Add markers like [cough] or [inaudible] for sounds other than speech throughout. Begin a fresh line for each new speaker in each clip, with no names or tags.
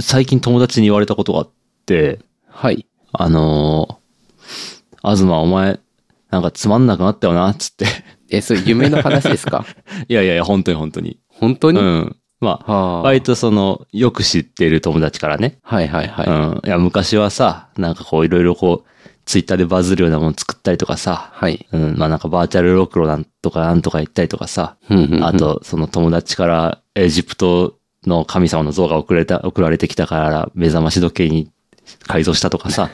最近友達に言われたことがあって、
はい。
あのー、東お前、なんかつまんなくなったよな、つって。 [laughs]
え、それ夢の話ですか
いやいやいや、本当に本当に。
本当
う
に、
ん。ま
は
あ、
あ。
割とその、よく知ってる友達からね。
はいはいはい。
うん。いや、昔はさ、なんかこう、いろいろこう、ツイッターでバズるようなもの作ったりとかさ、
はい。
うん。まあなんかバーチャルロクロなんとかなんとか言ったりとかさ、
うんうんうん
あ、と、その友達からエジプトの神様の像が送られた、送られてきたから目覚まし時計に改造したとか
[laughs]
さ、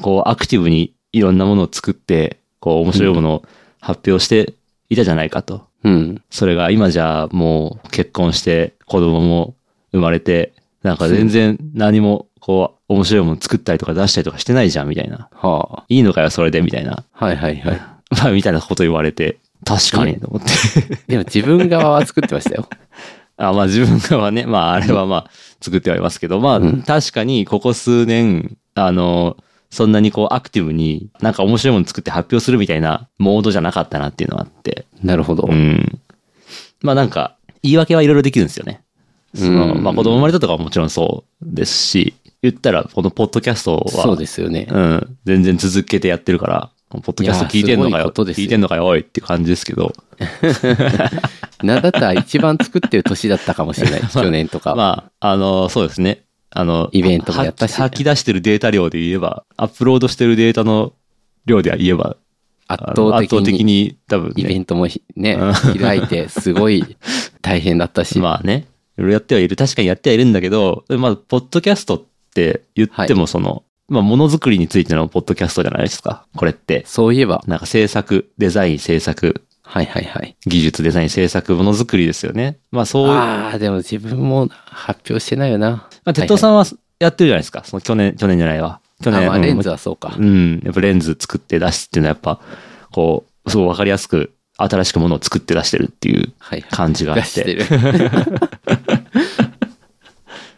こうアクティブにいろんなものを作って、こう面白いものを発表していたじゃないかと。
うん。
それが今じゃもう結婚して子供も生まれて、なんか全然何もこう面白いもの作ったりとか出したりとかしてないじゃんみたいな。
はい
いのかよそれでみたいな。
あ。はいはいはい。
まあみたいなこと言われて、確かにと思って。
でも自分側は作ってましたよ。
あまあ自分がはね、まああれはまあ作ってはいますけど、まあ
うん
確かにここ数年、あの、そんなにこうアクティブになんか面白いもの作って発表するみたいなモードじゃなかった [laughs] なっていうのがあって。
なるほど。
うん。まあなんか言い訳はいろいろできるんですよね。その、
うん
まあ子供生まれたとかはもちろんそうですし、言ったらこのポッドキャストは、
そうですよね。
うん、全然続けてやってるから、ポッドキャスト聞いてんのか
いやーすごい
よ、
ことです
聞
よ
いてんのかよ、おいっていう感じですけど。
なだったら一番作ってる年だったかもしれない。
[laughs]
去年とか。
まあ、あの、そうですね。あの、
イベントもやったし
は吐き出してるデータ量で言えば、アップロードしてるデータの量で言えば、
圧
あの
倒
圧倒
的
的
に
に多分
イベ
ね、
ントもひね
う、
開いて、すごい大変だったし。
[laughs] まあね、いろいろやってはいる、確かにやってはいるんだけど、まあ、ポッドキャストって言ってもその、まあ、ものづくりについてのポッドキャストじゃないですか、これって。
そういえば。
なんか制作、デザイン、制作、
はいはいはい。
技術、デザイン、制作、ものづくりですよね。まあ、そう、ま
ああ、でも自分も発表してないよな。
あ、鉄道さんはやってるじゃないですか、その去年、去年じゃないわ。去
はいは
年、う
いあまあ
ん
レンズはそうか
う。ん。やっぱレンズ作って出すっていうのはやっぱ、こう、すごいわかりやすく、新しくものを作って出してるっていう
はいはい。
感じがあ
出
っ
して
て。
る。 [laughs]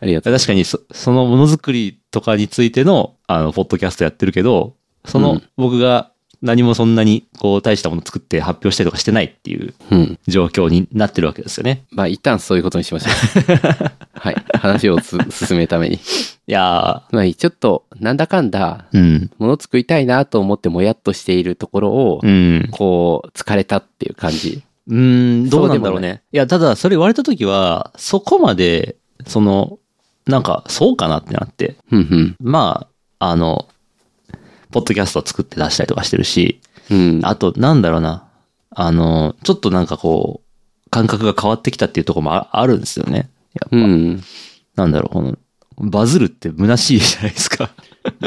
ありがとう。
確かにそ、そのものづくりとかについての、あの、ポッドキャストやってるけど、そうの
ん、
僕が何もそんなに、こう、大したもの作って発表したりとかしてないっていう
うん。
状況になってるわけですよね。
まあ一旦そういうことにしまし
[laughs]
ょう。はい。話をつ進めるために。
いや
つまりちょっと、なんだかんだ、
ー、うん。
もの作りたいなと思ってもやっとしているところを、
うん。
こう、疲れたっていう感じ。
うーん、どうなんだろ
そう
う
でもな
ね。いや、ただ、それ言われた時は、そこまで、その、なんか、そうかなってなって。
うんうん。
まあ、あの、ポッドキャストを作って出したりとかしてるし、
うん。
あと、なんだろうな、あの、ちょっとなんかこう、感覚が変わってきたっていうところもああるんですよね。やっぱ、
うん。
なんだろう、この、バズるって虚しいじゃないですか。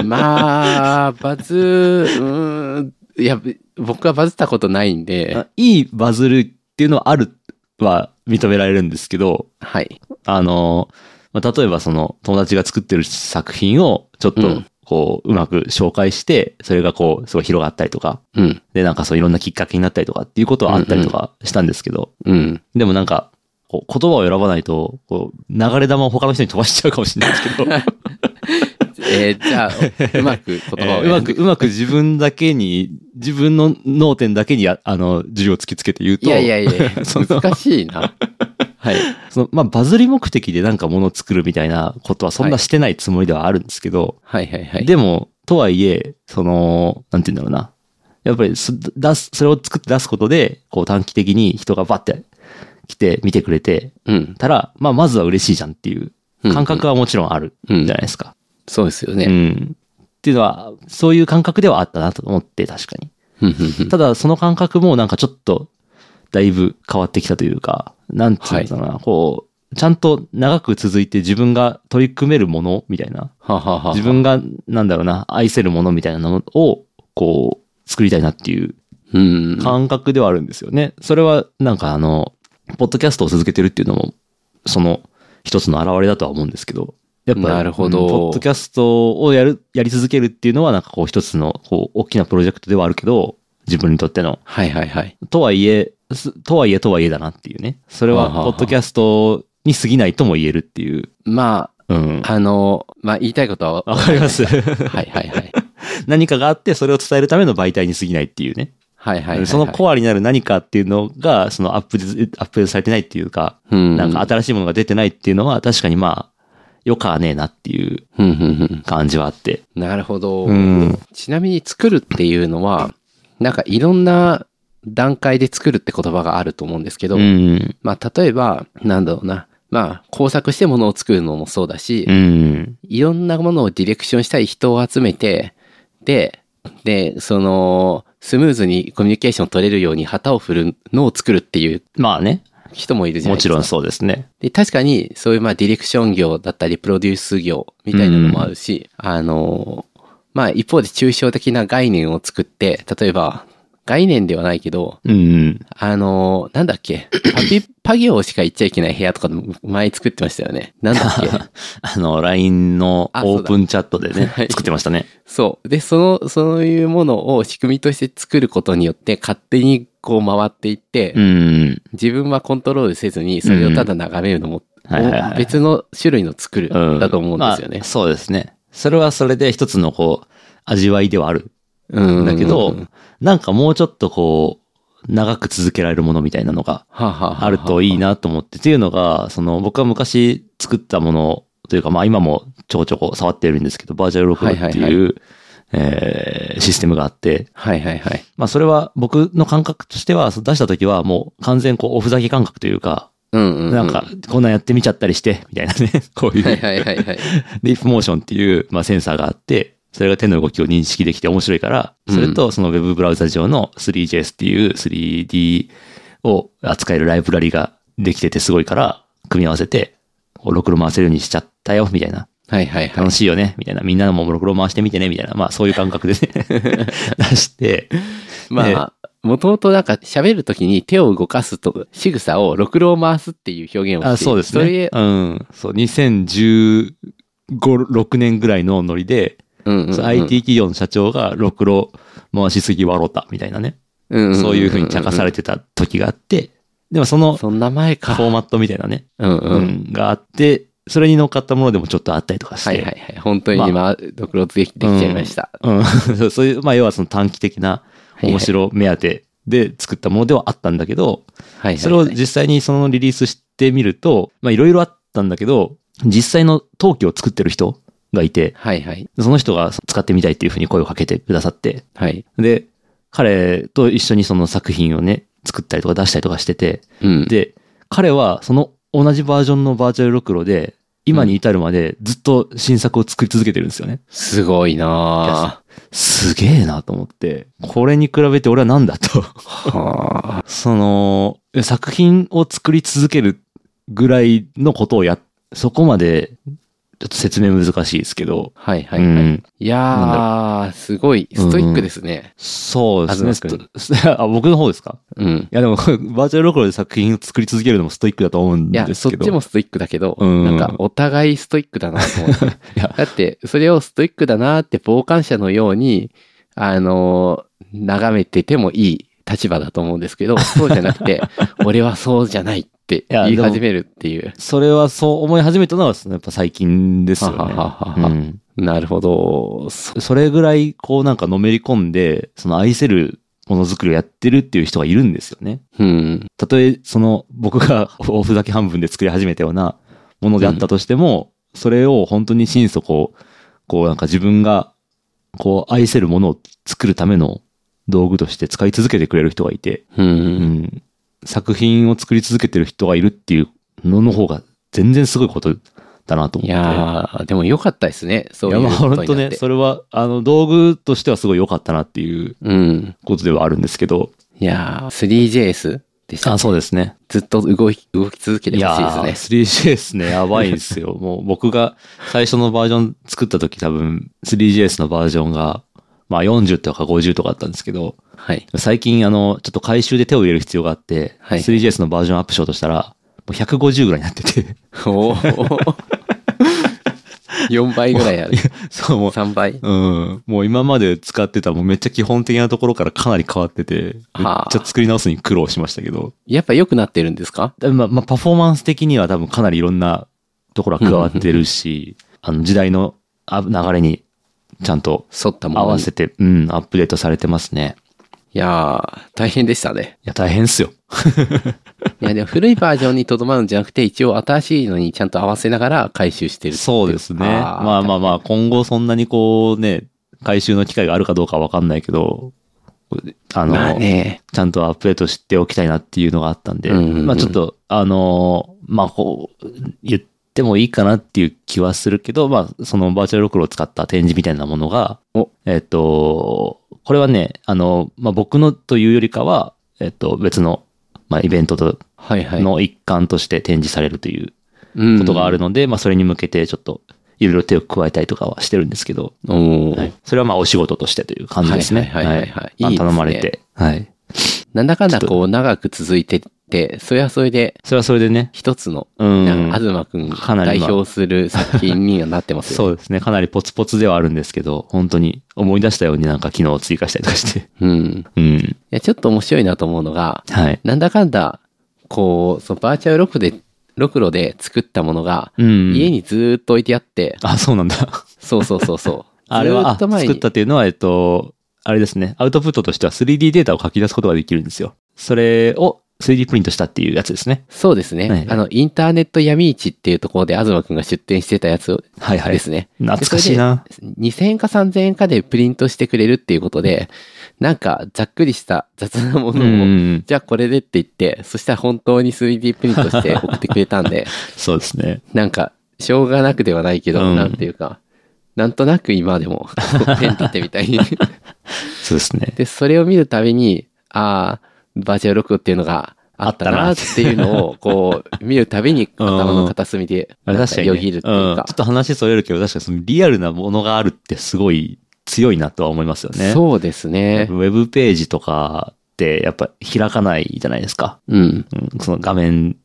まあ、バズ、うーん、いや、僕はバズったことないんで、
いいバズるっていうのはあるは認められるんですけど、
はい。
あの、まあ、例えばその友達が作ってる作品をちょっ
う
と
ん
こう、うまく紹介して、それがこう、すごい広がったりとか、
うん、
で、なんかそういろんなきっかけになったりとかっていうことはあったりとかしたんですけど、 [laughs]
うん。
でもなんか、こう言葉を選ばないと、こう、流れ玉を他の人に飛ばしちゃうかもしれないですけ
[laughs]
ど、
えーじゃあ、うまく言葉を、
えーうまく、うまく自分だけに、自分の脳天だけにあ、あの、授業を突きつけて言うと、
いやいやいや、
[laughs]
[laughs]
その
難しいな。はい。
その、まあ、バズり目的でなんか物を作るみたいなことはそんなしてないつもりではあるんですけど、
はいはいはい。
でも、とはいえ、その、なんて言うんだろうな。やっぱりそ、出す、それを作って出すことで、こう短期的に人がバッて来て見てくれて
うん。
たら、まあ、まずは嬉しいじゃんっていう感覚はもちろんあるじ
う
ゃ
ん
ないですか。
そうですよ
うん。
ね。
っていうのは、そういう感覚ではあったなと思って、確かに。
うんうんうん
ただ、その感覚もなんかちょっと、だいぶ変わってきたというか、なんていうんだろうな、こう、ちゃんと長く続いて自分が取り組めるものみたいな
はははは
自分が、なんだろうな、愛せるものみたいなのを、こう、作りたいなっていう
うん。
感覚ではあるんですよね。それは、なんかあの、ポッドキャストを続けてるっていうのも、その一つの表れだとは思うんですけど、やっぱ、
なるほど
うんポッドキャストをやる、やり続けるっていうのは、なんかこう一つの、こう、大きなプロジェクトではあるけど、自分にとっての。
はいはいはい。
とはいえ、すとはいえとはいえだなっていうね。それ
は
は、
あはあ
ポッドキャストに過ぎないとも言えるっていう。
ま [laughs]
うん。
あ、あの、まあ言いたいことは、
わ
は
かります
いはいはい。
何かがあって、それを伝えるための媒体に過ぎないっていうね。
はいはいはいはい。 [laughs]
そのコアになる何かっていうのが、そのアップデ、アップデートされてないっていうか、
うん、
なんか新しいものが出てないっていうのは、確かにまあ、よかねえなっていう
うんうんうん
感じはあって。
なるほど。
うん。
ちなみに作るっていうのは、なんかいろんな段階で作るって言葉があると思うんですけど、
うん。
まあ例えば、なんだろうな、まあ工作してものを作るのもそうだし、
うん。
いろんなものをディレクションしたり人を集めて、で、で、その、スムーズにコミュニケーションを取れるように旗を振るのを作るっていう
まあね。
人もいるじゃな
も
いです
ち
か。
ろんそうですね。
で、確かに、そういう、まあ、ディレクション業だったり、プロデュース業みたいなのもあるし、あの、まあ、一方で抽象的な概念を作って、例えば、概念ではないけど、
うん。
あの、なんだっけ、パピ、パ行しか行っちゃいけない部屋とか、前作ってましたよね。なんだっけ。
あの、LINE の
あ
オープンチャットでね
はい、
作ってましたね。
そう。で、その、そういうものを仕組みとして作ることによって、勝手にこう回っていって、
うん。
自分はコントロールせずに、それをただ眺めるのも、
はいはいはい
別の種類の作る、
うん。
だと思うんですよね
まあ。そうですね。それはそれで一つのこう、味わいではある。
うん
だけど、なんかもうちょっとこう、長く続けられるものみたいなのが
はあはあはあ
あるといいなと思って、っていうのが、その僕は昔作ったものというか、まあ今もちょこちょこ触ってるんですけど、バーチャルロク
は
ダ
い
って
はい
いう、えーシステムがあって、
はいはいはい。
まあそれは僕の感覚としては、その出した時はもう完全こうおふざけ感覚というか、
うんうん、うん。
なんかこんなんやってみちゃったりして、みたいなね、 [laughs] こういう。
はいはいはいはい。
[laughs] リープモーションっていう、まあ、センサーがあって、それが手の動きを認識できて面白いから、それとその Web ブラウザ上の 3JS っていう 3D を扱えるライブラリができててすごいから、組み合わせて、こうろくろ回せるようにしちゃったよ、みたいな。
はいはいはい
楽。しいよね、みたいな。みんなもろくろ回してみてね、みたいな。まあ、そういう感覚でね、 [laughs] 出して、
まあ、もともとなんか喋るときに手を動かすと、仕草をろくろを回すっていう表現をしている
あそうですね。
それ、
うん。そう、2015、6年ぐらいのノリで、
うんうんうん
そう IT 企業の社長がろくろ回しすぎ笑った、みたいなね。そういう風に茶化されて
て。
た時があって、でもそのフ
そんな前か。
ォーマットみたいなね、
うんうん。
う
はい
ん、があって、それに乗っかったものでもちょっとあったりとかして、
はいはい。本当に今、ろくろできちゃいました。
うん、 [laughs] そういう、まあ要はその短期的ない
はい
面白目当てで作ったものではあったんだけど、
はいはい。
それを実際にそのリリースしてみると、まあいろいろあったんだけど、実際の陶器を作ってる人がいて、
はいはい。
その人が使ってみたいっていうふうに声をかけてくださって、
はい。
で、彼と一緒にその作品をね、作ったりとか出したりとかしてて、
うん。
で、彼はその同じバージョンのバーチャルロクロで、今に至るまでずっと新作を作り続けてるんですよね。
すごいな
すげえなと思って、これに比べて俺は何だと。 [laughs]
ぁはぁ
その、作品を作り続けるぐらいのことをや、そこまで、ちょっと説明難しいですけど、
はいはいは
う
い。
ん
いやー、すごい、ストイックですね。
そうですね
東君
スト [laughs] あ。僕の方ですか
うん。
いやでも、 [laughs] バーチャルロクロで作品を作り続けるのもストイックだと思うん
いや、
です
そっ
けど。
ちもストイックだけど、
うん
なんかお互いストイックだなと思って。
[laughs] いや
だって、それをストイックだなって傍観者のように、あのー眺めててもいい立場だと思うんですけど、そうじゃなく
[laughs]
て、俺はそうじゃないって
いや
言い始めるっていう。
それはそう思い始めたのは、そのやっぱ最近ですよね。
ははははは
うん
なるほど。そ
それぐらい、こうなんかのめり込んで、その愛せるものづくりをやってるっていう人がいるんですよね。
うん。
たとえ、その僕が [laughs] おふざけ半分で作り始めたようなものであったとしても、それを本当に心底、こうなんか自分が、こう愛せるものを作るための道具として使い続けてくれる人がいて、
う。
うんん、作品を作り続けてる人がいるっていうのの方が全然すごいことだなと思って。
いやー、でも良かったですね。そういう
いや、まあ、
こ
本
とにな
当
って。
ね、それは、あの、道具としてはすごい良かったなっていう
うん。
ことではあるんですけど。
いやー、3JS でした。
そうですね。
ずっと動き、動き続け
い
て
や
ほしいです
ー、
ね。
3JS ね、やばいんです
[laughs]
よ。もう僕が最初のバージョン作った時多分、3JS のバージョンが、まあ40とか50とかだったんですけど、
はい。
最近、あの、ちょっと回収で手を入れる必要があって、
はい
3JS のバージョンアップしようとしたら、もう150ぐらいになってて、 [laughs]
おお。4倍ぐらいある。
[laughs] そう、もう、
3倍。
うん。もう今まで使ってた、もうめっちゃ基本的なところからかなり変わってて、めっ
はあ
ちゃ作り直すに苦労しましたけど。
やっぱ良くなってるんですか
まあ、まあ、パフォーマンス的には多分かなりいろんなところが加わってるし、あの時代のあ流れにちゃんと
沿ったもの
合
に
わせて、うん、アップデートされてますね。
いやー、大変でしたね。
いや、大変っすよ。
いや、でも古いバージョンにとどまるんじゃなくて、一応新しいのにちゃんと合わせながら回収してるってい
そうですね。
あー
まあまあまあ、今後そんなにこうね、回収の機会があるかどうかわかんないけど、あの、
まあね。
ちゃんとアップデートしておきたいなっていうのがあったんで、
うんうんうん
まあちょっと、あのーまあこう、言ってもいいかなっていう気はするけど、まあそのバーチャルロクロを使った展示みたいなものが
お、
えっ、と、これはね、あの、まあ僕のというよりかは、えっ、と、別の、まあイベントと
はいはい。
の一環として展示されるという
こ
ことがある。ので、まあそれに向けてちょっと、いろいろ手を加えたりとかはしてるんですけど、
おおー、
はいそれはまあお仕事としてという感じですね。
はいはいはいはいは
あ
いいいですね
頼まれて。はい。
なんだかんだこう長く続いてって、それはそれで
それはそれでね、
一つの、
うん
なんか東くん
かなり
代
まあ
表する作品にはなってますよ。
そうですね。かなりポツポツではあるんですけど、本当に思い出したようになんか機能を追加したりとかして。 [laughs]
うん。い
うん。
や、ちょっと面白いなと思うのが、
はい。
なんだかんだ、こう、そのバーチャルロクで、ロクロで作ったものが、
うん。
家にずーっと置いてあって、
あ、そう
[laughs]
なんだ。
そうそうそうそう。
[laughs] あれは、
ず
あ
ーっと
作
前に
ったっていうのは、えっと、あれですね。アウトプットとしては 3D データを書き出すことができるんですよ。それを 3D プリントしたっていうやつですね。
そうですね。
はい
あの、インターネット闇市っていうところで、東くんが出展してたやつ
はいはい。
ですね。
懐かしいな。
で。それで2000円か3000円かでプリントしてくれるっていうことで、なんか、ざっくりした雑なも
う
のを、
ん。
じゃあこれでって言って、そしたら本当に 3D プリントして送ってくれたん
[laughs]
で、
そうですね。
なんか、しょうがなくではないけど、
うん
なんていうか、なんとなく今でも、ペン立てみたい
[laughs]
に。
そうですね。
で、それを見るたびに、ああ、バーチャルロクっていうのがあったな
あ
っ
ったな
ていうのを、こう、見るたびに頭の片隅で、
あ
なん
確か
か
にね、
よぎるっていう
うん
か
ちょっ。と話それるけど、確かにそのリアルなものがあるってすごい強いなとは思いますよね。
そうですね。
ウェブページとかってやっぱ開かないじゃないですか。
うん。
うんその画面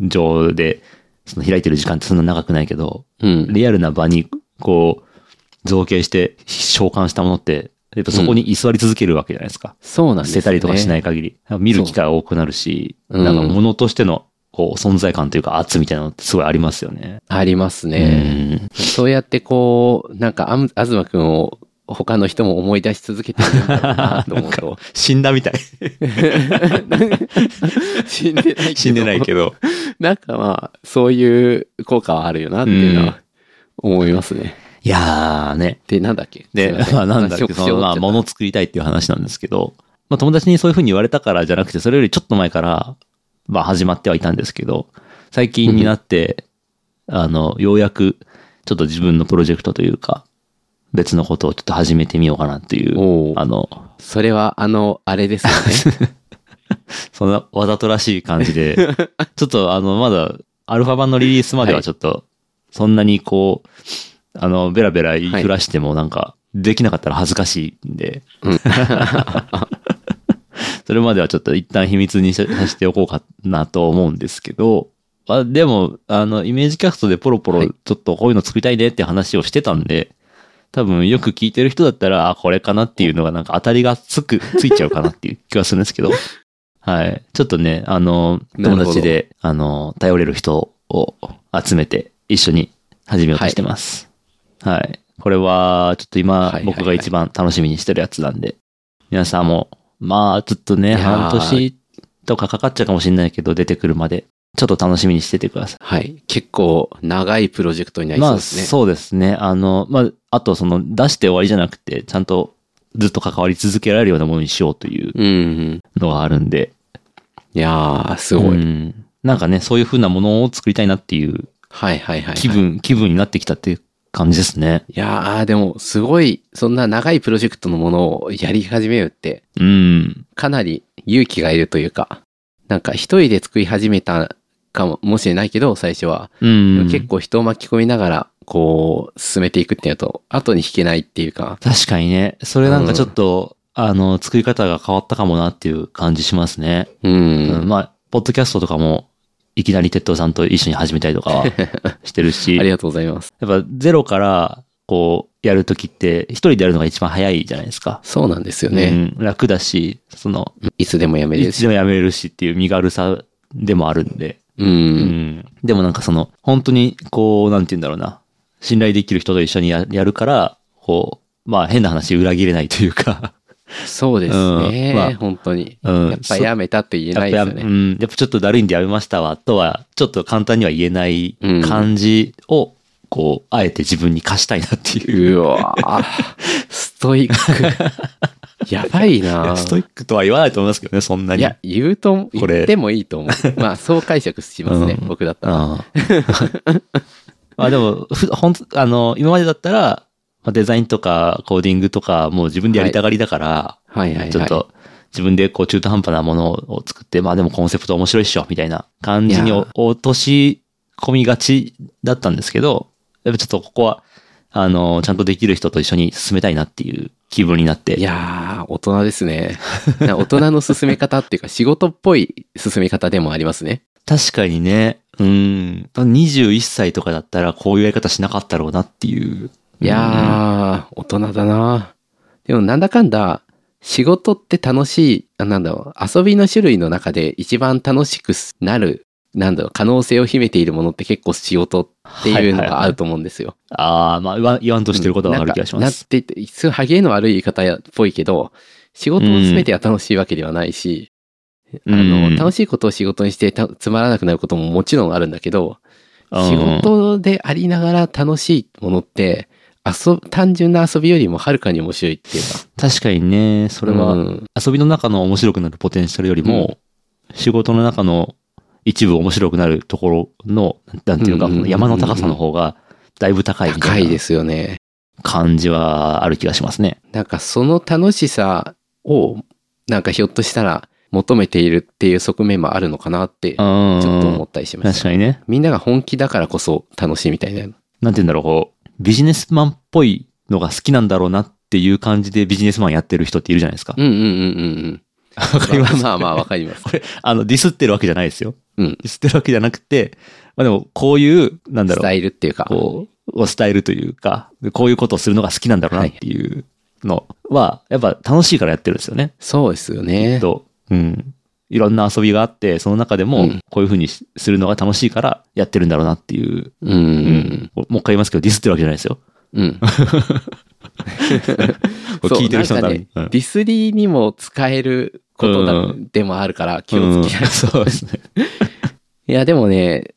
上でその開いてる時間ってそんな長くないけど、
うん。
リアルな場にこう造形して召喚したものって、やっぱそこに居座り続けるわけじゃないですか。
そうなんです。
捨てたりとかしないい限り。見る機会が多くなるし、
そう
なんか
うん
物としてのこう存在感というか圧みたいなのってすごいありますよね。
ありますね。
うん
そうやってこう、なんか、あむ東くんを他の人も思い出し続けてるんだろう [laughs] なと思うと。
死んだみたい。
[laughs] 死んでないけど。
死んでないけど。
なんかまあ、そういう効果はあるよなっていうのは思いますね。
いやーね。
で、なんだっけ
で、まあなんだっけ、その、まあ物
の、
を作りたいっていう話なんですけど、まあ友達にそういうふうに言われたからじゃなくて、それよりちょっと前から、まあ始まってはいたんですけど、最近になって、あの、ようやく、ちょっと自分のプロジェクトというか、別のことをちょっと始めてみようかなっていう、
おう
あの、
それはあの、あれですよ [laughs] ね。
そんなわざとらしい感じ [laughs] で、ちょっとあの、まだ、アルファ版のリリースまではちょっと、そんなにこう、あの、ベラベラ言いふらしてもなんか、できなかったら恥ずかしいんで、 [laughs] それまではちょっと一旦秘密にしさせておこうかなと思うんですけど、あでも、あの、イメージキャストでポロポ
は
ロ
い
ちょっとこういうの作りたいねって話をしてたんで、多分よく聞いてる人だったら、あ、これかなっていうのがなんか当たりがつく、ついちゃうかなっていう気はするんですけど、
[laughs]
はい。ちょっとね、あの、
なるほ
友
ど
達で、あの、頼れる人を集めて一緒に始めようとしてます。はい。これは、ちょっと
は
今、
いはいはい
僕が一番楽しみにしてるやつなんで、皆さんも、まあ、ちょっと
い
ね、
やー
半年とかかかっちゃうかもしれないけど、出てくるまで、ちょっと楽しみにしててください。
はい。結構長いプロジェクトになりそ
ま
う
あ、
ですね。
そうですね。あの、まあ、あと、その、出して終わりじゃなくて、ちゃんとずっと関わり続けられるようなものにしようという
うんうん。
のがあるんで、
いやー、すごい。
うんなんかね、そういう風なものを作りたいなっていう
はいはいはいはい。
気分、気分になってきたっていう感じですね。
いやー、でも、すごい、そんな長いプロジェクトのものをやり始めるって、
うん。
かなり勇気がいるというか、なんか一人で作り始めたかも、もしれないけど、最初は。
うん。
結構人を巻き込みながら、こう、進めていくっていうのと、後に引けないっていうか、
確かにね、それなんかちょっと、あの、作り方が変わったかもなっていう感じしますね。
うん。
うん、まあ、ポッドキャストとかも、いきなり鉄道さんと一緒に始めたりとかは
[laughs]
してるし、や
あり
っ
がとうございます。
ぱゼロから、こう、やるときって、一人でやるのが一番早いじゃないですか。
そうなんですよね。
うん、楽だし、その、
いつでもやめれ
い
る
つ
し。
でもやめれるしっていう身軽さでもあるんで、
う。
うんんでもなんかその、本当にこう、なんて言うんだろうな。信頼できる人と一緒にややるから、こう、まあ変な話裏切れないというか、
そうですね。
うんまあ
本当に。
うん
やっぱやめたって言えないです
や
よ
っぱや
ね。
うん、やっぱちょっとだるいんでやめましたわとは、ちょっと簡単には言えない
うん
感じを、こう、あえて自分に貸したいなっていう。
うわぁストイッ
[laughs]
ク。やばいなぁ
ストイックとは言わないと思いますけどね、そんなに。
いや、言うと、
これ
言ってもいいと思
[laughs]
う。まあ、そう解釈しますね、
うん
僕だったら。
[laughs] ああまあでも、ふほんあの、今までだったら、まあデザインとかコーディングとか、もう自分でやりたがりだから、
はいはいはい。
ちょっと自分でこう中途半端なものを作って、まあでもコンセプト面白いっしょ、みたいな感じ
い
に
やー
落とし込みがちだったんですけど、やっぱちょっとここは、あの、ちゃんとできる人と一緒に進めたいなっていう気分になって。
いやー、大人で
[laughs]
すね。な大人の進め方っていうか、仕事っぽい進め方でもありますね。
確かにね、うん、21歳とかだったらこういうやり方しなかったろうなっていう。
いやー、大人だなでも、なんだかんだ、仕事って楽しい、あなんだろう、遊びの種類の中で一番楽しくなる、なんだろう、可能性を秘めているものって結構仕事っていうのがあると思うんですよ。
ああ、まあ言わん言わんとしてることはある気がしま
なんか
す。
なんて言って、すごいハゲの悪い言い方っぽいけど、仕事の全ては楽しいわけではない
う
し、
ん
あ
うん
の、楽しいことを仕事にしてたつまらなくなることももちろんあるんだけど、
うん
仕事でありながら楽しいものって、遊ぶ単純な遊びよりもはるかに面白いっていうか。
確かにね、そ
こ
れは遊びの中の面白くなるポテンシャルよりも、仕事の中の一部面白くなるところの、なんていうか、
うんうんうんうん
山の高さの方がだいぶ高いみ
高
た
い
い
で
な
すよね。
感じはある気がしますね。
なんかその楽しさを、なんかひょっとしたら求めているっていう側面もあるのかなって、ちょっ
ょ
と思ったりしまし
確
た。
かにね。
みんなが本気だからこそ楽しいみたいな。
なんて言うんだろう、こう、ビジネスマンっぽいのが好きなんだろうなっていう感じでビジネスマンやってる人っているじゃないですか。
うんうんうんうん
わか
う
り
ん。
ま
まあ
す
まあまあわかります。
これ、あの、ディスってるわけじゃないですよ。
うん
ディスってるわけじゃなくて、まあでも、こういう、なんだろう
スタイルっていうか。
こう、を伝えるというか、こういうことをするのが好きなんだろうなっていうのは、やっぱ楽しいからやってるんですよね。
そうですよ
きっ
ね。
と。うん。いろんな遊びがあって、その中で
う
も
ん、
こういうふうにしするのが楽しいからやってるんだろうなっていう。
う。。
うんもう一回言いますけど、ディスってるわけじゃないですよ。
うん。
これ聞いてる人のために。
そうなんかねディスリーにも使えることだ、
うん
でもあるから気をつけない
うん [laughs] そうですね。
いや、でもね、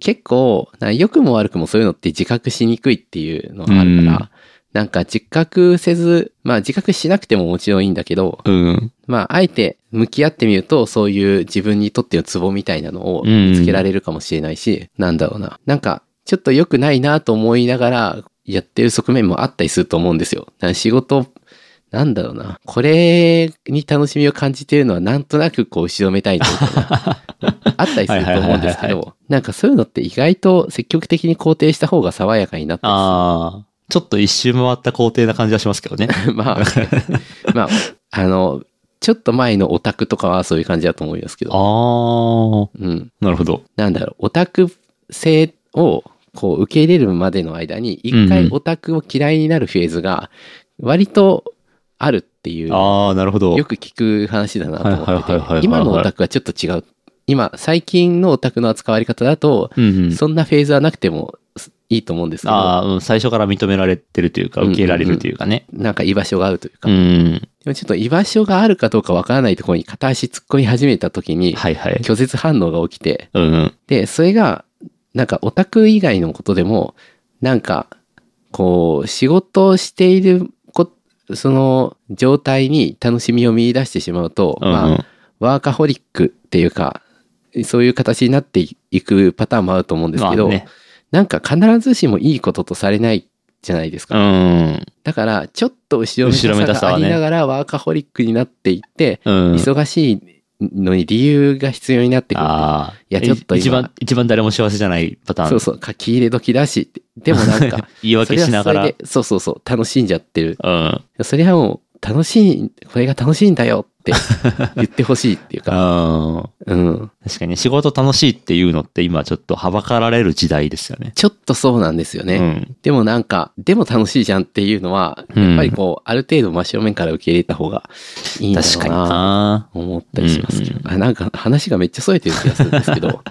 結構、な良くも悪くもそういうのって自覚しにくいっていうのがあるから、
うん
なんか自覚せず、まあ自覚しなくてももちろんいいんだけど、
うん。
まああえて向き合ってみると、そういう自分にとってのツボみたいなのを
うん
見つけられるかもしれないし、なんだろうな。なんか、ちょっと良くないなと思いながらやってる側面もあったりすると思うんですよ。なんか仕事、なんだろうな。これに楽しみを感じてるのはなんとなくこう後ろめたいという
[laughs]
かあったりすると思う
はいはいはい
んですけ
はい
ど、なんかそういうのって意外と積極的に肯定した方が爽やかになったりする
ああ。ちょっと一周回った工程な感じはしますけどね。
[laughs]
[laughs]
まあ、まあ、あの、ちょっと前のオタクとかはそういう感じだと思いますけ
ああ。
ど、うん。
なるほど。
なんだろう、オタク性をこう受け入れるまでの間に、一
うん
回
うん
オタクを嫌いになるフェーズが、割とあるっていう、よ
ああ、なるほど。
く聞く話だなと思っ
はいはいはいはいはいは
て
い
て、今のオタクはちょっと違う。今、最近のオタクの扱われ方だと、
うんうん。
そんなフェーズはなくてもいいと思うんですけど、
ああ、うん最初から認められてるというか、
うんうん
受け入れられるというかね。
なんか居場所があるというか
う、ん。
でもちょっと居場所があるかどうかわからないところに片足突っ込み始めた時に、
はいはい。
拒絶反応が起きて、
うんうん。
で、それが、なんかオタク以外のことでも、なんか、こう、仕事をしているこ、その状態に楽しみを見出してしまうと、
うんうん
まあ、ワーカホリックっていうか、そういう形になっていくパターンもあると思うんですけど、
まあね
なんか必ずしもいいこととされないじゃないですか。
うん。
だから、ちょっと後ろめたさがありながらワーカホリックになっていって、
うん。
忙しいのに理由が必要になってくる。
ああ。
いやちょっと今
一番、一番誰も幸せじゃないパターン。
そうそう、書き入れ時だしって、でもなん
[laughs]
か、
言い訳しながら。
それはそれでそうそうそう、楽しんじゃってる。
うん。
それはもう、楽しい、これが楽しいんだよって
[laughs]
言ってほしいっていうか、
うん
うん。
確かにね仕事楽しいっていうのって今ちょっとはばかられる時代ですよね。
ちょっとそうなんですよね。
うん。
でもなんか、でも楽しいじゃんっていうのは、
うん
やっぱりこう、ある程度真正面から受け入れた方がいいんだろ
確か
う
に
な
な。
思ったりしますけど、
うん
あなんか話がめっちゃ添えてる気がするんですけ
[laughs]
ど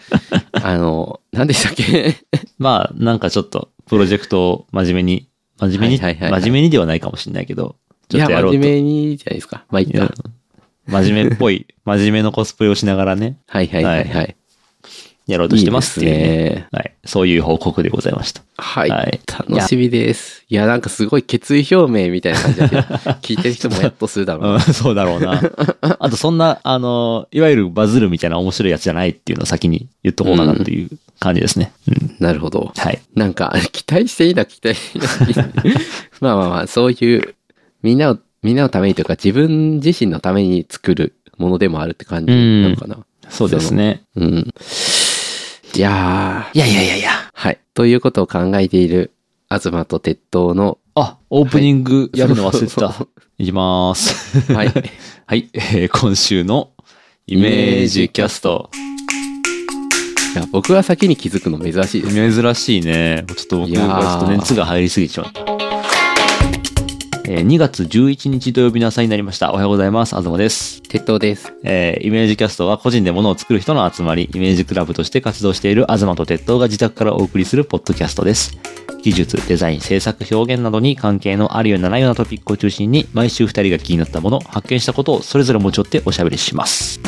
あの何でしたっけ
まあ、なんかちょっと、プロジェクトを真面目に、真面目に、
はいはいはいはい
真面目にではないかもしれないけど、ちょっとやろう
い
と。
や、真面目にじゃないですか。まあ、いっ
いや
か。
真面目っぽい、真面目のコスプレをしながらね、
はいはいはい
は
はい。
やろうとしてますっていうね。
いいですね
はい。そういう報告でございました。
はい。
はい
楽しみです。いや、なんかすごい決意表明みたいな感 [laughs] じだけど、聞いてる人もやっとするだろうな。
うん、そうだろうな。 [laughs] あと、そんな、あの、いわゆるバズるみたいな面白いやつじゃないっていうのを先に言っとこうかなっていう感じですね。うん。
なるほど。
はい。
なんか、期待していいな、期待していい [laughs] な。まあまあまあ、そういう、みんなを、みんなのためにというか、自分自身のために作るものでもあるって感じなのかな。
そうですね。
うん。いやー、
いやいやいやいや。
はい。ということを考えている、東と鉄塔の、
あ、オープニングやるの忘れてた。
はいそう
いきまーす。
[laughs] はい。
[laughs] はい。えー今週のイメージキャスト。
いや僕は先に気づくの珍しいです。
珍しいね。ちょっと僕
いやー
がちょっと熱が入りすぎちゃった。えー2月11日土曜日の朝になりました。おはようございます。あずまです。
鉄塔です。
えーイメージキャストは個人で物を作る人の集まり、イメージクラブとして活動しているあずまと鉄道が自宅からお送りするポッドキャストです。技術、デザイン、制作、表現などに関係のあるようなないようなトピックを中心に、毎週2人が気になったもの、発見したことをそれぞれ持ち寄っておしゃべりします。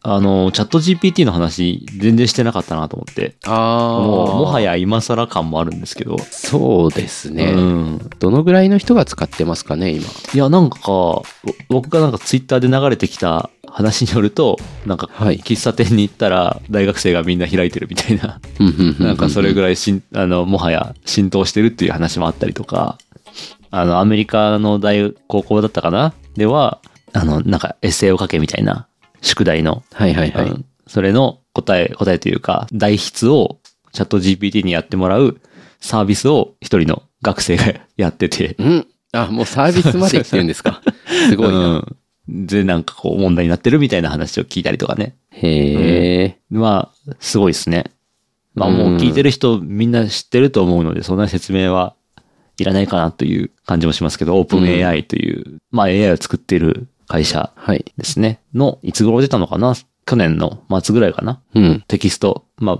あの、チャット GPT の話、全然してなかったなと思って。
あー。
もう、もは。や今更感もあるんですけど。
そうですね、
うん。
どのぐらいの人が使ってますかね、今。
いや、なんか、ぼ僕がなんかツイッターで流れてきた話によると、なんか、
はい。
喫茶店に行ったら大学生がみんな開いてるみたいな、
な
なんかそれぐ
らい。
らいしん、あの、もはや浸透してるっていう話もあったりとか、あの、アメリカの大、高校だったかなでは、あの、なんかエッセイを書けみたいな宿題の、
はいはいはい。
うんそれの答え、答えというか、代筆をチャット GPT にやってもらうサービスを一人の学生がやってて、
うん。あ、もうサービスまで来てるんです
[laughs]
か。すごいな。
うんで、なんかこう問題になってるみたいな話を聞いたりとかね。
へえ。
まあ、すごいですね。まあ
う
も
ん
う聞いてる人みんな知ってると思うので、そんな説明はいらないかなという感じもしますけど、OpenAI という、まあ AI を作っている会社
はい。
ですね。の、いつ頃出たのかな去年の末ぐらいかな
うん。
テキスト、まあ、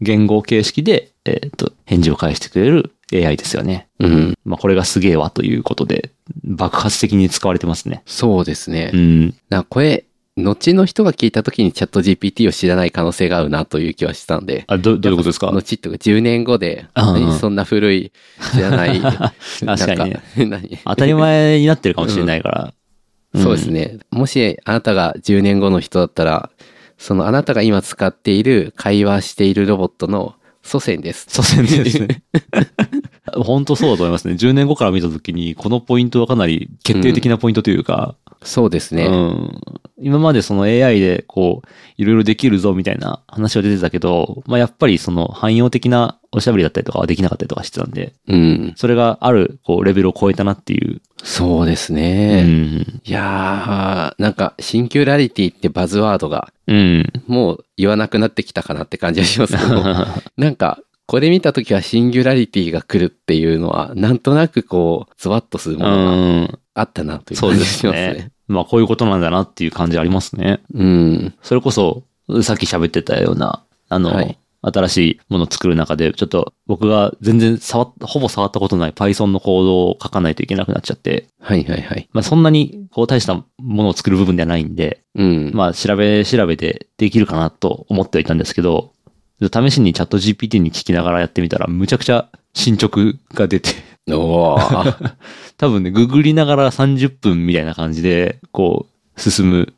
言語形式で、えっ、と、返事を返してくれる AI ですよね。
うん。
まあこれがすげえわということで、爆発的に使われてますね。
そうですね
う。ん。
な、これ、後の人が聞いた時にチャット GPT を知らない可能性があるなという気はしたんで。
あ、ど、どういうことですか
後とか10年後で、
うんうん
何そんな古い、知らない。なん
[laughs] 確かにね。
何
当たり前になってるかもしれないから。うん
そうですね。もしあなたが10年後の人だったら、そのあなたが今使っている会話しているロボットの祖先です。
祖先ですね。 [laughs] 本当そうだと思いますね。10年後から見たときに、このポイントはかなり決定的なポイントというか、
そうです
うん
ね。
今までその AI でこう、いろいろできるぞみたいな話は出てたけど、まあやっぱりその汎用的なおしゃべりだったりとかはできなかったりとかしてたんで、
うん。
それがあるこうレベルを超えたなっていう。
そうです
う
ね。
ん。
いやー、なんか、シンキュラリティってバズワードが、
[laughs] うん。
もう言わなくなってきたかなって感じがします [laughs] けど、なんか、これ見たときはシンギュラリティが来るっていうのは、なんとなくこう、ゾワッとするものが
うん。
あったなとい
[laughs]
う
そ
感
う
じ
で
が
す
しますね。
ね。まあこういうことなんだなっていう感じありますね。
うん。
それこそ、さっき喋ってたような、あの、
はい
新しいものを作る中で、ちょっと僕が全然触っほぼ触ったことない Python のコードを書かないといけなくなっちゃって、
はいはいはい。
まあそんなにこう大したものを作る部分ではないんで、
うん。
まあ調べ調べてできるかなと思ってはいたんですけど、試しにチャット GPT に聞きながらやってみたら、むちゃくちゃ進捗が出て、
おー
多分ね、ググりながら30分みたいな感じで、こう、進む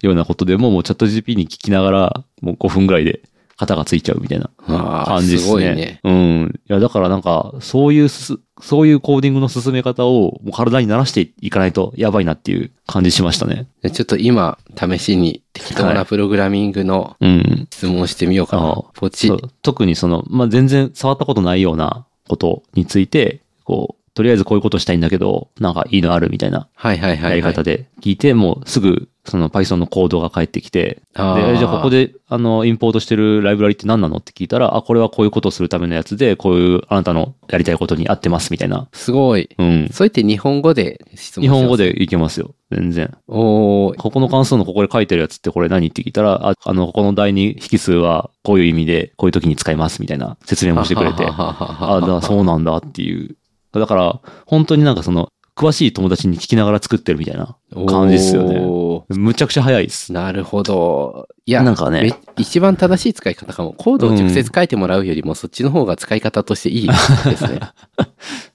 ようなことでも、もうチャット GP に聞きながら、もう5分ぐらいで型がついちゃうみたいな
あ
感
ー
じですね。
すごいね。
うん。いや、だからなんか、そういうす、そういうコーディングの進め方を、もう体に慣らしていかないとやばいなっていう感じしましたね。
でちょっと今、試しに適当
は
ないプログラミングの
うん。
質問をしてみようかな。
あー
ポチ
そう。特にその、まあ、全然触ったことないようなことについて、こう、とりあえずこういうことしたいんだけど、なんかいいのあるみたいな
はいはいはい、は
や
い。
り方で聞いて、もうすぐその Python のコードが返ってきて、
あー
で、じゃあここで、あの、インポートしてるライブラリって何なのって聞いたら、あ、これはこういうことをするためのやつで、こういうあなたのやりたいことに合ってますみたいな。
すごい。
うん。
そうやって日本語で質
日
問します
本語。でいけますよ。全然。
おー
ここの関数のここで書いてるやつってこれ何って聞いたら、ああの、ここの第二引数はこういう意味で、こういう時に使いますみたいな説明もしてくれて。
ははははは
あ、だからそうなんだっていう。だから、本当になんかその、詳しい友達に聞きながら作ってるみたいな。感じっすよね
よ
むちゃくちゃ早いです。
なるほど。いや、
なんかね
め一番正しい使い方かも。コードを直接書いてもらうよりも、そっちの方が使い方としていいです
[laughs]
ね。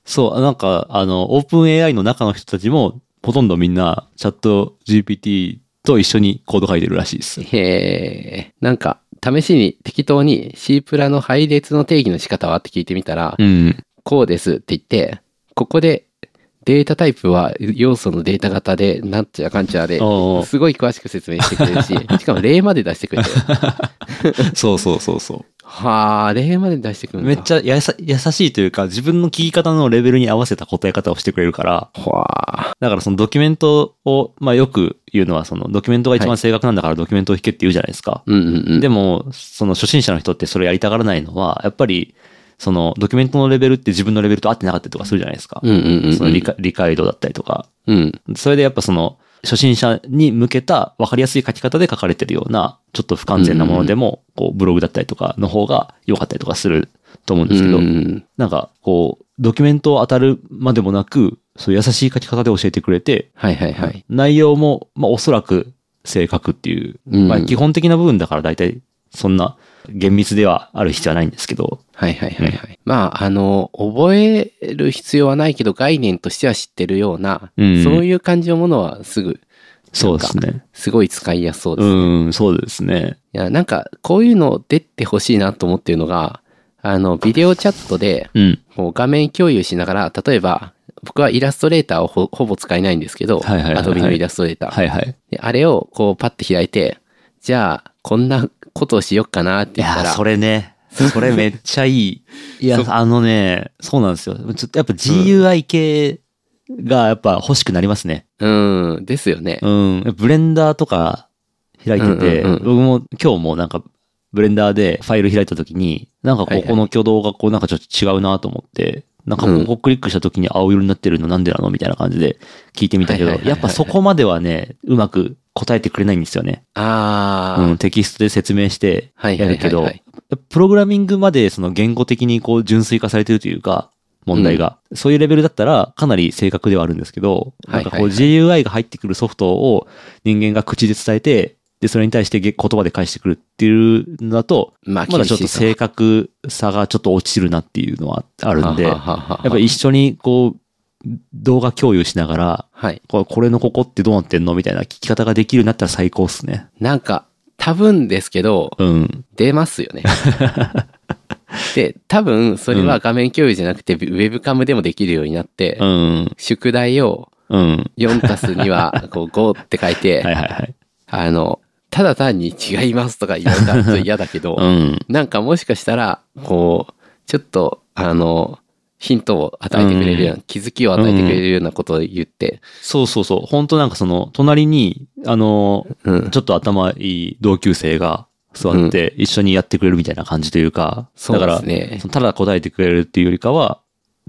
そう、なんか、あの、オープン AI の中の人たちも、ほとんどみんな、チャット GPT と一緒にコード書いてるらしいです。
へえ。なんか、試しに適当に C プラの配列の定義の仕方はって聞いてみたら、
うん。
こうですって言って、ここでデータタイプは要素のデータ型で、なんちゃらかんちゃらで、
おうおう
すごい詳しく説明してく
[laughs]
れるし、しかも例まで出してくれて。
そうそうそうそ
はあ、例まで出してく
う。
るんだ。
めっちゃやさ優しいというか、自分の聞き方のレベルに合わせた答え方をしてくれるから、
ゃ。はあ。
だからそのドキュメントを、まあよく言うのは、そのドキュメントが一
は
番正確なんだからドキュメントを引けって言うじゃないですか。
うんうんうん。
でも、その初心者の人ってそれやりたがらないのは、やっぱり、そのドキュメントのレベルって自分のレベルと合ってなかったりとかするじゃないですか。
うんうんうん。
その理解理解度だったりとか。
うん。
それでやっぱその、初心者に向けた分かりやすい書き方で書かれてるような、ちょっと不完全なものでも、こう、ブログだったりとかの方が良かったりとかすると思うんですけど
う、ん
なんか、こう、ドキュメントを当たるまでもなく、そういう優しい書き方で教えてくれて、
はいはいはい。
内容も、まあ、おそらく正確っていう、
うん
まあ、基本的な部分だから大体、そんな厳密ではある必要はないんですけど、
はいはいはいはい。まあ、あの、覚える必要はないけど、概念としては知ってるような、
うん
そういう感じのものはすぐ、
そうですね。
すごい使いやすそうです。
うん、そうですね。
いや、なんか、こういうの出てほしいなと思ってるのが、あの、ビデオチャットで、
うん。
こう画面共有しながら、例えば、僕はイラストレーターをほほぼ使えないんですけど、
はいはいはいはい
アドビのイラストレーター。
はいはい。
であれを、こう、パッて開いて、じゃあ、こんなことをしよっかなっ
い
て言った
や、
ら、
それね。それめっちゃい
[laughs]
い。いや、あのね、そうなんですよ。ちょっとやっぱ GUI 系がやっぱ欲しくなりますね。
うん、ですよね。
うん。ブレンダーとか開いてて、
うんうんうん
僕も今日もなんか、ブレンダーでファイル開いた時に、なんか
は
こ
いはい
この挙動がこうなんかちょっと違うなと思って、なんかここクリックした時に青色になってるのなんでなのみたいな感じで聞いてみたけど
はい、はいはいはい
やっぱそこまではね、うまく答えてくれないんですよね。
あー、
うん、テキストで説明して
はい
や
はいはい
るけど
は、い。
プログラミングまでその言語的にこう純粋化されてるというか、問題が、そういうレベルだったらかなり正確ではあるんですけど、
はいはいはい
なんかこう GUI が入ってくるソフトを人間が口で伝えて、で、それに対してげ言葉で返してくるっていうのだと、
まあ、
まだちょっと
厳しい
正確さがちょっと落ちるなっていうのはあ
か
るんで、
は
や
は
っ
はは
ぱ一緒にこう、動画共有しながら、
はい。
ここれのここってどうなってんのみたいな聞き方ができるようになったら最高っすね。
なんか、多分ですけど、
うん。
出ます
[laughs]
よね。で、多分、それは画面共有じゃなくて、ウェブカムでもできるようになって、
うん。
宿題を
うん。
4たす2は、
[laughs]
こう、5って書いて、
はいはいはい。
あの、ただ単に違いますとか言われたらちょっと嫌だけど、
うん。
なんかもしかしたら、こう、ちょっと、あの、ヒントを与えてくれるような、気づきを与えてくれるようなことを言って、
そうそうそう。本当なんかその、隣に、あの、
うん
ちょっと頭いい同級生が座って一緒にやってくれるみたいな感じというか、
そう
だ
です
から、
ね
そ。のただ答えてくれるっていうよりかは、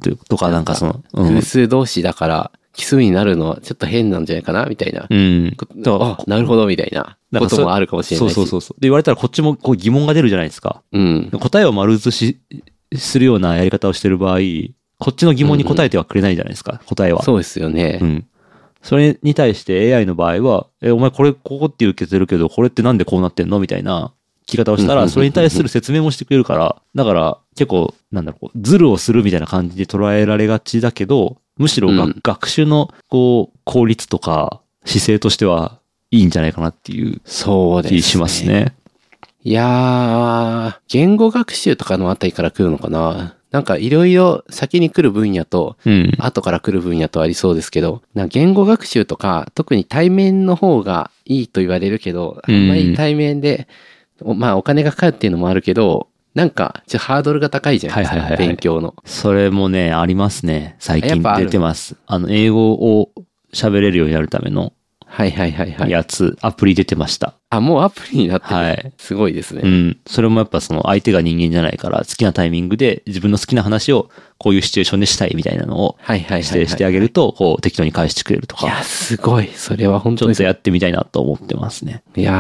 ととかなんかその、うん
偶。数同士だから、奇数になるのはちょっと変なんじゃないかなみたいな。
うん。だから
あ、なるほど、みたいな
なん
こ
か
と
そ
もあるかもしれな
そ
いうし。
そうそうそう。で、言われたらこっちもこう疑問が出るじゃないですか。
うん。
答えを丸写しするようなやり方をしてる場合、こっちの疑問に答えてはくれないじゃないですか、答えは。
そうですよね。
うん。それに対して AI の場合は、え、お前これ、ここって受けてるけど、これってなんでこうなってんのみたいな聞き方をした
うんうんうんうん
ら、それに対する説明もしてくれるから、だから結構、なんだろうこう、ズルをするみたいな感じで捉えられがちだけど、むしろが、
うん
学習の、こう、効率とか、姿勢としてはいいんじゃないかなっていう
そうです、
気します。ね。
いやー、言語学習とかのあたりから来るのかななんかいろいろ先に来る分野と、
うん。
後から来る分野とありそうですけど、なんか言語学習とか、特に対面の方がいいと言われるけど、あ
うん
んまり対面で、おまあお金がかかるっていうのもあるけど、なんかちょっとハードルが高いじゃないですか、
はいはいはいはい
勉強の。
それもね、ありますね。最
やっ
近
ぱある
出てます。あの、英語を喋れるようになるための
はいはいはいはい。
やつ、アプリ出てました。
あ、もうアプリになってる。
はい
すごいですね。
うん。それもやっぱその相手が人間じゃないから、好きなタイミングで自分の好きな話をこういうシチュエーションでしたいみたいなのを
はいはいはい、はい。
指定してあげると、こう適当に返してくれると
い
か、
や、すごい。それは本
ち
当
ょ
に
っとやってみたいなと思ってますね。
いや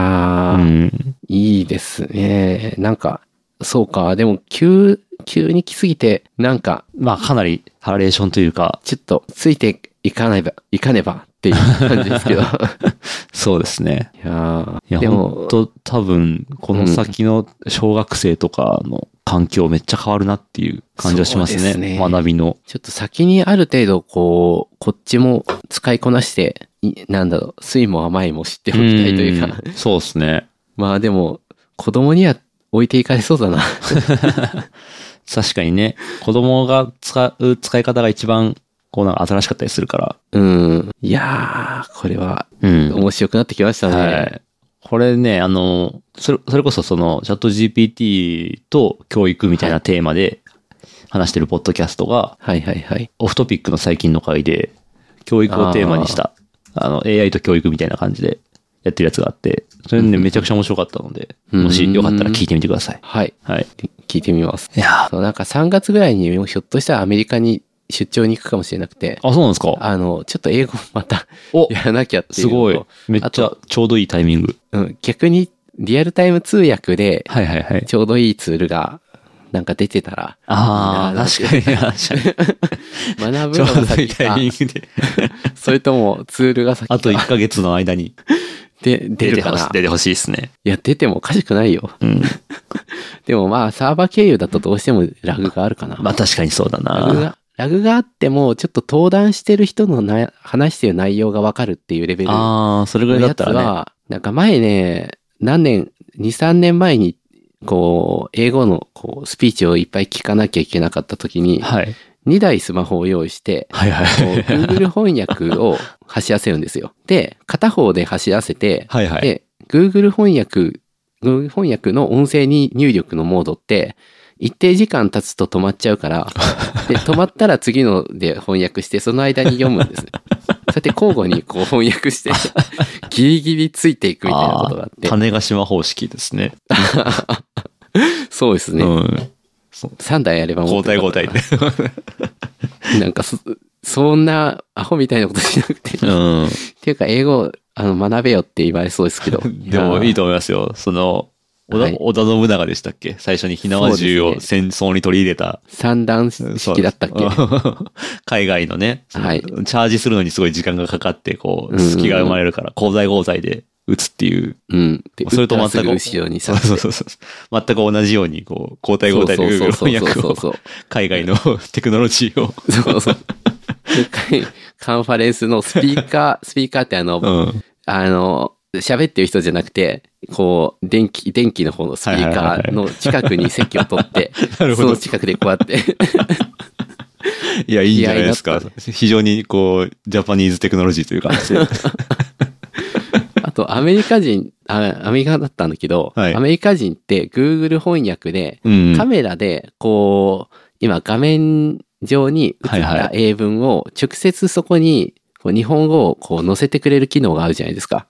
う
ー、
ん。
いいですね。なんか、そうか。でも、急、急に来すぎて、なんか、
まあかなりハレーションというか、
ちょっと、ついて行かないば、行かねばっていう感じで
[laughs]
すけど。い
そうですね。い
や
や、
ーで
ほん
も、
と多分、この先の小学生とかの環境めっちゃ変わるなっていう感じはします
そうです
ね。
ね
学びの。
ちょっと先にある程度、こう、こっちも使いこなして、いなんだろう、酸いも甘いも知っておきたいというか、
[laughs] うんそうですね。
まあでも、子供には置いていかれそう
[laughs]
だな。
確かにね、子供が使う使い方が一番、こうなんか新しかったりするから。
うん。いやー、これは
うん。
面白くなってきましたね。
はい。これね、あの、それ、それこそその、チャット GPT と教育みたいなテーマで話してるポッドキャストが、
はいはいはい。
オフトピックの最近の回で、教育をテーマにした、あの、AI と教育みたいな感じでやってるやつがあって、それね、めちゃくちゃ面白かったので、
うん
もしよかったら聞いてみてください。
はい。
はい。
聞いてみます。
いや
そうなんか3月ぐらいにもひょっとしたらアメリカに出張に行くかもしれなくて、
あ、そうなんですか
あの、ちょっと英語また
お
やらなきゃってい
す
うのと
ごい。めっ
あ
ちゃ
と
ちょうどいいタイミング。
うん、逆にリアルタイム通訳で
はいはいはい。
ちょうどいいツールがなんか出てたら、
ああ、確かに。確 [laughs] か
学
に。
ぶ
ちょ
の
う
が
どい
先
いタイ
か
ミ、ングで。
それともツールが先
[laughs]
か
あと1ヶ月の間に
で出
出て
るか
ほし
な。
い、出てほしいですね。
いや、出てもおかしくないよ。
うん。
でもまあ、サーバー経由だとどうしてもラグがあるかな。
まあ確かにそうだ
ラグ
な。
が、ラグがあっても、ちょっと登壇してる人のな話してる内容がわかるっていうレベルの
ああ、それぐらいだ
や
っ
つ
たらね。
は、なんか前ね、何年、2、3年前に、こう、英語のこうスピーチをいっぱい聞かなきゃいけなかった時に、
はい。
2台スマホを用意して、
はいは
こう
い。
Google 翻訳を走らせるんですよ。で、片方で走らせて、
はいはい。
で、Google 翻訳、Google 翻訳の音声に入力のモードって、一定時間経つと止まっちゃうから、
[laughs]
で、止まったら次ので翻訳して、その間に読むんです。
[laughs]
そうやって交互にこう翻訳して、ギリギリついていくみたいなことがあって、
種子島方式ですね。
そうですね。
うん。
3台あればも
交
っと
代
よかっ
交
た
代
な
で。
なんかそ、そんなアホみたいなことしなくて。っ
[laughs] うん。
ていうか、英語、あの、学べよって言われそうですけど。
[laughs] でもいい
と。
と思いますよ。その、織
はい
田織田信長でしたっけ最初に火縄銃
そう
を
で
戦争に取り入れた。
三段式だったっけ
そうです [laughs] 海外のね、その
はい
チャージするのにすごい時間がかかって、こう、
うん
隙が生まれるから、交代交代で打つっていう。
うん。で
それと全く
打ったらすぐ後ろに
そ
さ
うそうそうそう。全く同じように、こう、交代交代で
そうそ
Google
うそう
翻訳
そう
を、
そう。
海外の [laughs] テクノロジーを。
そうそう。でかいカンファレンスのスピ
[laughs]
ーカー、スピーカーってあの、
うん。
あの、喋ってる人じゃなくて、こう、電気、電気の方のスピーカーの近くに席を取って、
[laughs] なるほ
その
ど。
近くでこうやって、 [laughs]
いや、いいんじゃないです
気合
か
いだ。
非常に、こう、ジャパニーズテクノロジーという感じで。
あとアメリカ人、あアメリカだったんだけど、
はい
アメリカ人って Google 翻訳で、
[laughs] うん。
カメラで、こう、今画面上に映っ
はいは
た英文を直接そこに、こう日本語をこう載せてくれる機能があるじゃないですか。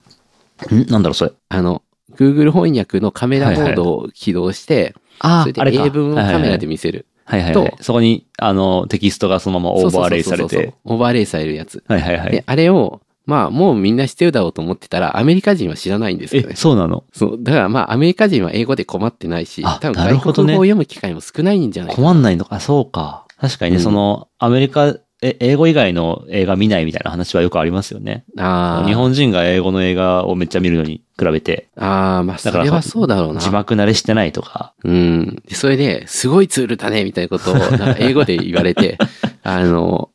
んなんだろう、それ。
あの、Google 翻訳のカメラモードを起動して、
あ
それで英文をカメラで見せる。
はいはいはい。
と
そこに、あの、テキストがそのままオーバーレイされ
そうそうそう
て。
そう。オーバーレイされるやつ。
はいはいは
で
い。、
あれを、まあ、もうみんな知ってるだろうと思ってたら、アメリカ人は知らないんですよ
え、
ね。
そうなの
そう。だからまあ、アメリカ人は英語で困ってないし、
あ
多分
なるほ
外
ど
国
ね
語を読む機会も少ないんじゃないかな。
困んないのか。あそうか。確かにね、
うん
その、アメリカ、え、英語以外の映画見ないみたいな話はよくありますよね。
ああ。
日。本人が英語の映画をめっちゃ見るのに比べて、
ああ、まあ、そ
だから
れはそうだろうな。
字幕慣れしてないとか。
うん。でそれで、すごいツールだね、みたいなことを、なんか英語で言わ
[laughs]
れて、あの、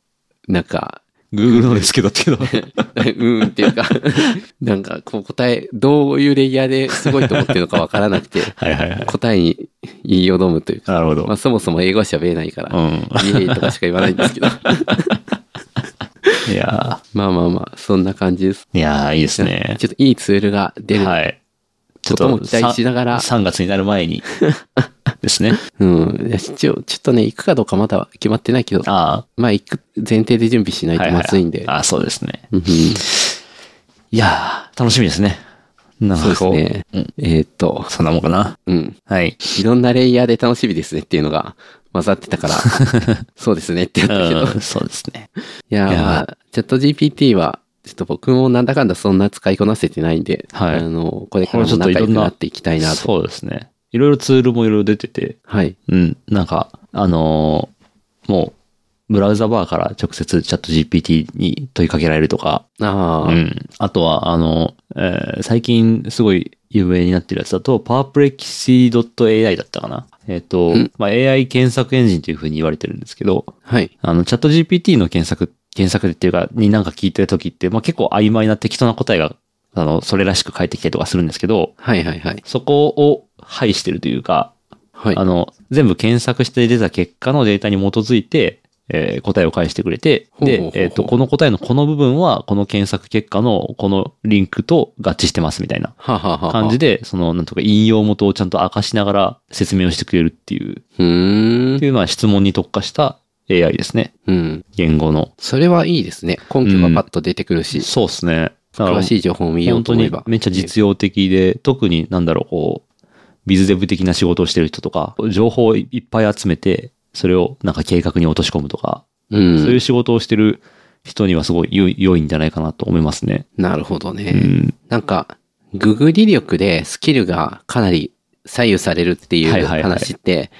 なんか、
Google のですけどっていうの
[laughs]
は。
うんっていうか、 [laughs] なんかこう答え、どういうレイヤーですごいと思ってるのかわからなくて、
はいはいはい。
答えに言いよどむというか、
なるほ
ま
ど
あ。そもそも英語は喋れないか
う
ら、
ん。
イエーイとかしか言わないんで
[laughs]
すけど、
いや
まあまあまあ、そんな感じです。
ーいやーいいですね。
ちょっといいツールが出る
はい。ちょ
こ
っ
とも
と、
期待しながら、
3月になる前
[laughs]
に。ですね。
うん、いや一応、ちょっとね、行くかどうかまだ決まってないけど、
あ
まあ行く前提で準備しな
あ。
いとまずいんで、
ああ、そうですね。
うん
いやー、楽しみですね。なん
そう
か
です
こう、
ね。
うん
えーっと、
そんなもんかな。
うん。
はい。
いろんなレイヤーで楽しみですねっていうのが混ざって
[laughs]
たから、そうですねってやったけど。
う
い
ん、 [laughs] そうですね。
やー、
いやー
まあ、チャット GPT は、ちょっと僕もなんだかんだそんな使いこなせてないんで、
はい
あの、これから
これちょっ
も
とい
仲
ろ
良
ん
く
な
なっていきたいな
[laughs]
と。
そうですね。いろいろツールもいろいろ出てて、
はい。
うん、なんか、あのーもブラウザバーから直接チャット GPT に問いかけられるとか、
あ
う
あ、
ん。あとは、あの、えー最近すごい有名になってるやつだと、perplexy.ai だったかな。えっ、と
うん、
まあ、AI 検索エンジンというふうに言われてるんですけど、
はい。
あの、チャット GPT の検索、検索でっていうか、になんか聞いてるときって、まあ、結構曖昧な適当な答えが、あの、それらしく返ってきたりとかするんですけど、
はいはいはい。
そこを排してるというか、
はい。
あの、全部検索して出た結果のデータに基づいて、えー答えを返してくれて、
ほうほうほ
で
うほ、う
えっ、と、この答えのこの部分は、この検索結果のこのリンクと合致してますみたいな
はははは
感じで、その、なんとか引用元をちゃんと明かしながら説明をしてくれるっていう、
うー
ってい
ん。
うのは質問に特化した AI ですね。
うん。
言語の。
それはいいですね。根拠がパッと出てくるし、
そうですね。だから
詳しい情報を見よう
本
と
当
思え
に
ば。
めっちゃ実用的で、特になんだろう、こう、ビズデブ的な仕事をしてる人とか、情報をいっぱい集めて、それをなんか計画に落とし込むとか、
う。
そういうん仕事をしてる人にはすごい良い良いんじゃないかなと思いますね。
なるほど
う
ね。
ん。
なんか、ググり力でスキルがかなり左右されるってい
は
う
いはいはい
話って、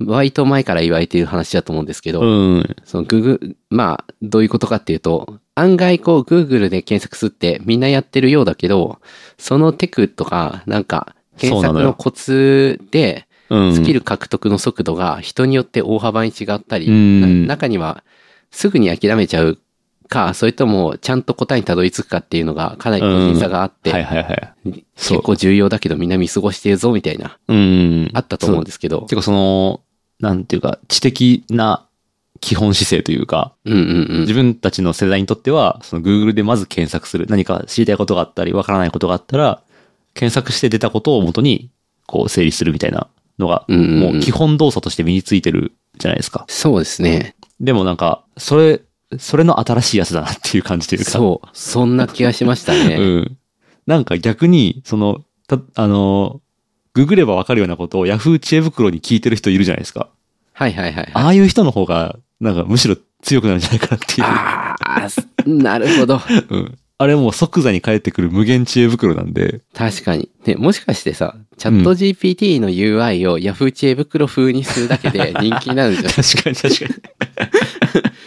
バイト前から言われている話だと思うんですけど、
うん。
そのググ、まあ、どういうことかっていうと、案外こう、Google で検索するってみんなやってるようだけど、そのテクとか、なんか、検
そう
索
なの
の
よ
コツで、
うん。
スキル獲得の速度が人によって大幅に違ったり、
うん
な中にはすぐに諦めちゃうか、それともちゃんと答えにたどり着くかっていうのがかなり個人差があって、
はいはいはい。そう
結構重要だけどみんな見過ごしてるぞみたいな、
うん。
あったと思うんですけど。
結構その、なんていうか、知的な基本姿勢というか、
うんうん
自分たちの世代にとっては、その Google でまず検索する。何か知りたいことがあったり、わからないことがあったら、検索して出たことを元に、こう整理するみたいなのが、
うんうんう
も
ん
う基本動作として身についてるじゃないですか。
そうですね。
でもなんか、それ、それの新しいやつだなっていう感じというか。
そう。そんな気がしました
う
ね。
ん。なんか逆に、その、た、あの、ググればわかるようなことを Yahoo 知恵袋に聞いてる人いるじゃないですか。
はいはいはい、はい。
ああいう人の方が、なんかむしろ強くなるんじゃないかなっていう。
ああー、なる
[laughs]
ほど。
うん。あれもう即座に返ってくる無限知恵袋なんで。
確かに。ね、もしかしてさ、チャット GPT の UI を Yahoo 知恵袋風にするだけで人気になるんじゃない
確かに確か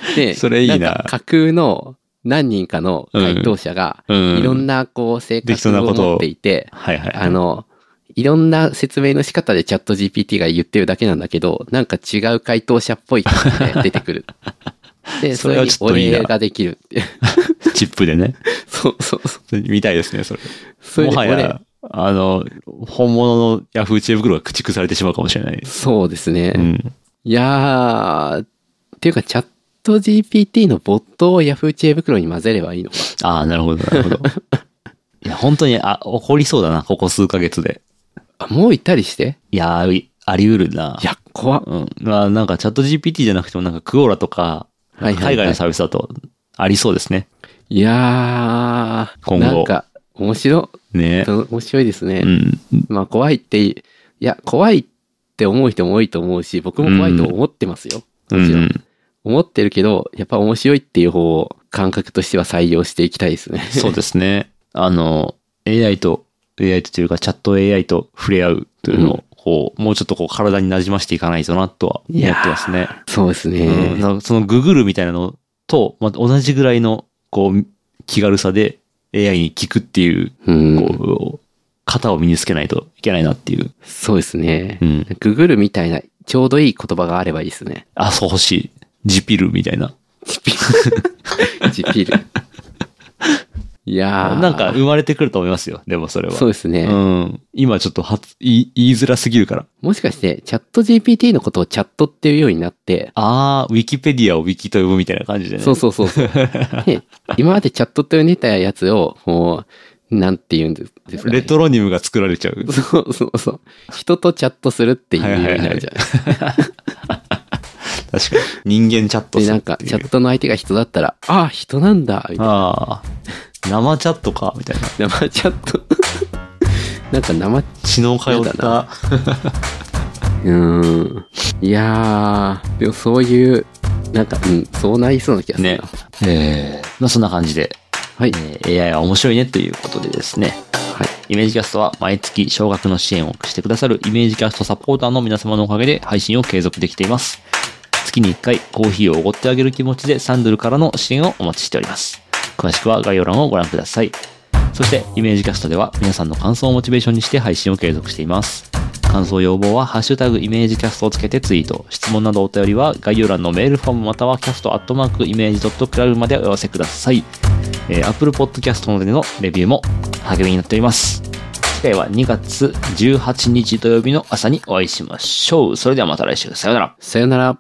に。
で、
[laughs] それいいなん
か架空の何人かの回答者が、
うん。
いろん
な。
なこう性
できそ
格
うなこ
を
とを
持っていて、
はいはい。
あ、の、いろんな説明の仕方でチャット GPT が言ってるだけなんだけど、なんか違う回答者っぽい感じ
[laughs]
で出てくる。で、そ
それ
れ
は
に
ちょっ
お
といいな
礼ができるっていう。 [laughs]
チップでね。
そうそうそう。
見たいですね、それ。
それ
も
でお
は
礼
や、あの、本物の Yahoo 知恵袋が駆逐されてしまうかもしれない。
そうですね。
うん。
いやー、っていうかチャット GPT のボットを Yahoo 知恵袋に混ぜればいいのか。
ああ、なるほど、なるほ
[laughs]
ど。いや、本当に、あ、起こりそうだな、ここ数ヶ月で。
あ、もういたりして
いやー、いあり得るな。
いや、怖っ。
うん。まあ、なんか、チャット GPT じゃなくても、なんか、クオラとか、
はいはいはい
海外のサービスだと、ありそうですね。
いやー、
今後
なんか、面白、
ね。
面白いですね。
うん。
まあ、怖いっていい、いや、怖いって思う人も多いと思うし、僕も怖いと思ってますよ。
う
もちろん。
ん。
思ってるけど、やっぱ面白いっていう方を感覚としては採用していきたいですね。
そうですね。あの、AI と、AI とというか、チャット AI と触れ合うというのを、こう、もうちょっとこう、体になじましていかないとな、とは思ってますね。
[laughs] そうですね。
うんな、そのググるみたいなのと、まあ、同じぐらいの、こう、気軽さで AI に聞くっていう、
うん
こう、型を身につけないといけないなっていう。
そうですね
う。ん。
ググるみたいな、ちょうどいい言葉があればいいですね。
あ、そう欲しい。ジピルみたいな。
ジピル。ジ
[laughs]
ピル。いやー。
なんか、生まれてくると思いますよ。でもそれは。
そうですね。
うん。今ちょっと発、言い言いづらすぎるから。
もしかして、チャット GPT のことをチャットっていうようになって、
あー、ウィキペディアをウィキと呼ぶみたいな感じでね。
そうそうそう [laughs] そう。ね、今までチャットって呼んでたやつを、もう、なんて言うんですか、ね。
レトロニムが作られちゃう。
そうそうそう。人とチャットするっていうようになるじゃん。
確かに。人間チャット
で、
する
なん
っ
か、
ていう。
チャットの相手が人だったら、ああ、人なんだ、みたい
あー、生チャットか、みたいな。
[laughs] な。生チャット。なんか生、う
血の通
や
っ
だ
た
な。ーん。いやー、でもそういう、なんか、うん、そうなりそうな気がする
ね
な。。
えー、まあそんな感じで、
はい。
えー AI は面白いねということでですね。
はい。
イメージキャストは毎月少額の支援をしてくださるイメージキャストサポーターの皆様のおかげで配信を継続できています。月に1回コーヒーをおごってあげる気持ちで3ドルからの支援をお待ちしております。詳しくは概要欄をご覧ください。そして、イメージキャストでは皆さんの感想をモチベーションにして配信を継続しています。感想要望は、ハッシュタグイメージキャストをつけてツイート。質問などお便りは概要欄のメールフォームまたはキャストアットマークイメージドットクラブまでお寄せください。えー、Apple Podcast などでのレビューも励みになっております。次回は2月18日土曜日の朝にお会いしましょう。それではまた来週。さようなら。
さよなら。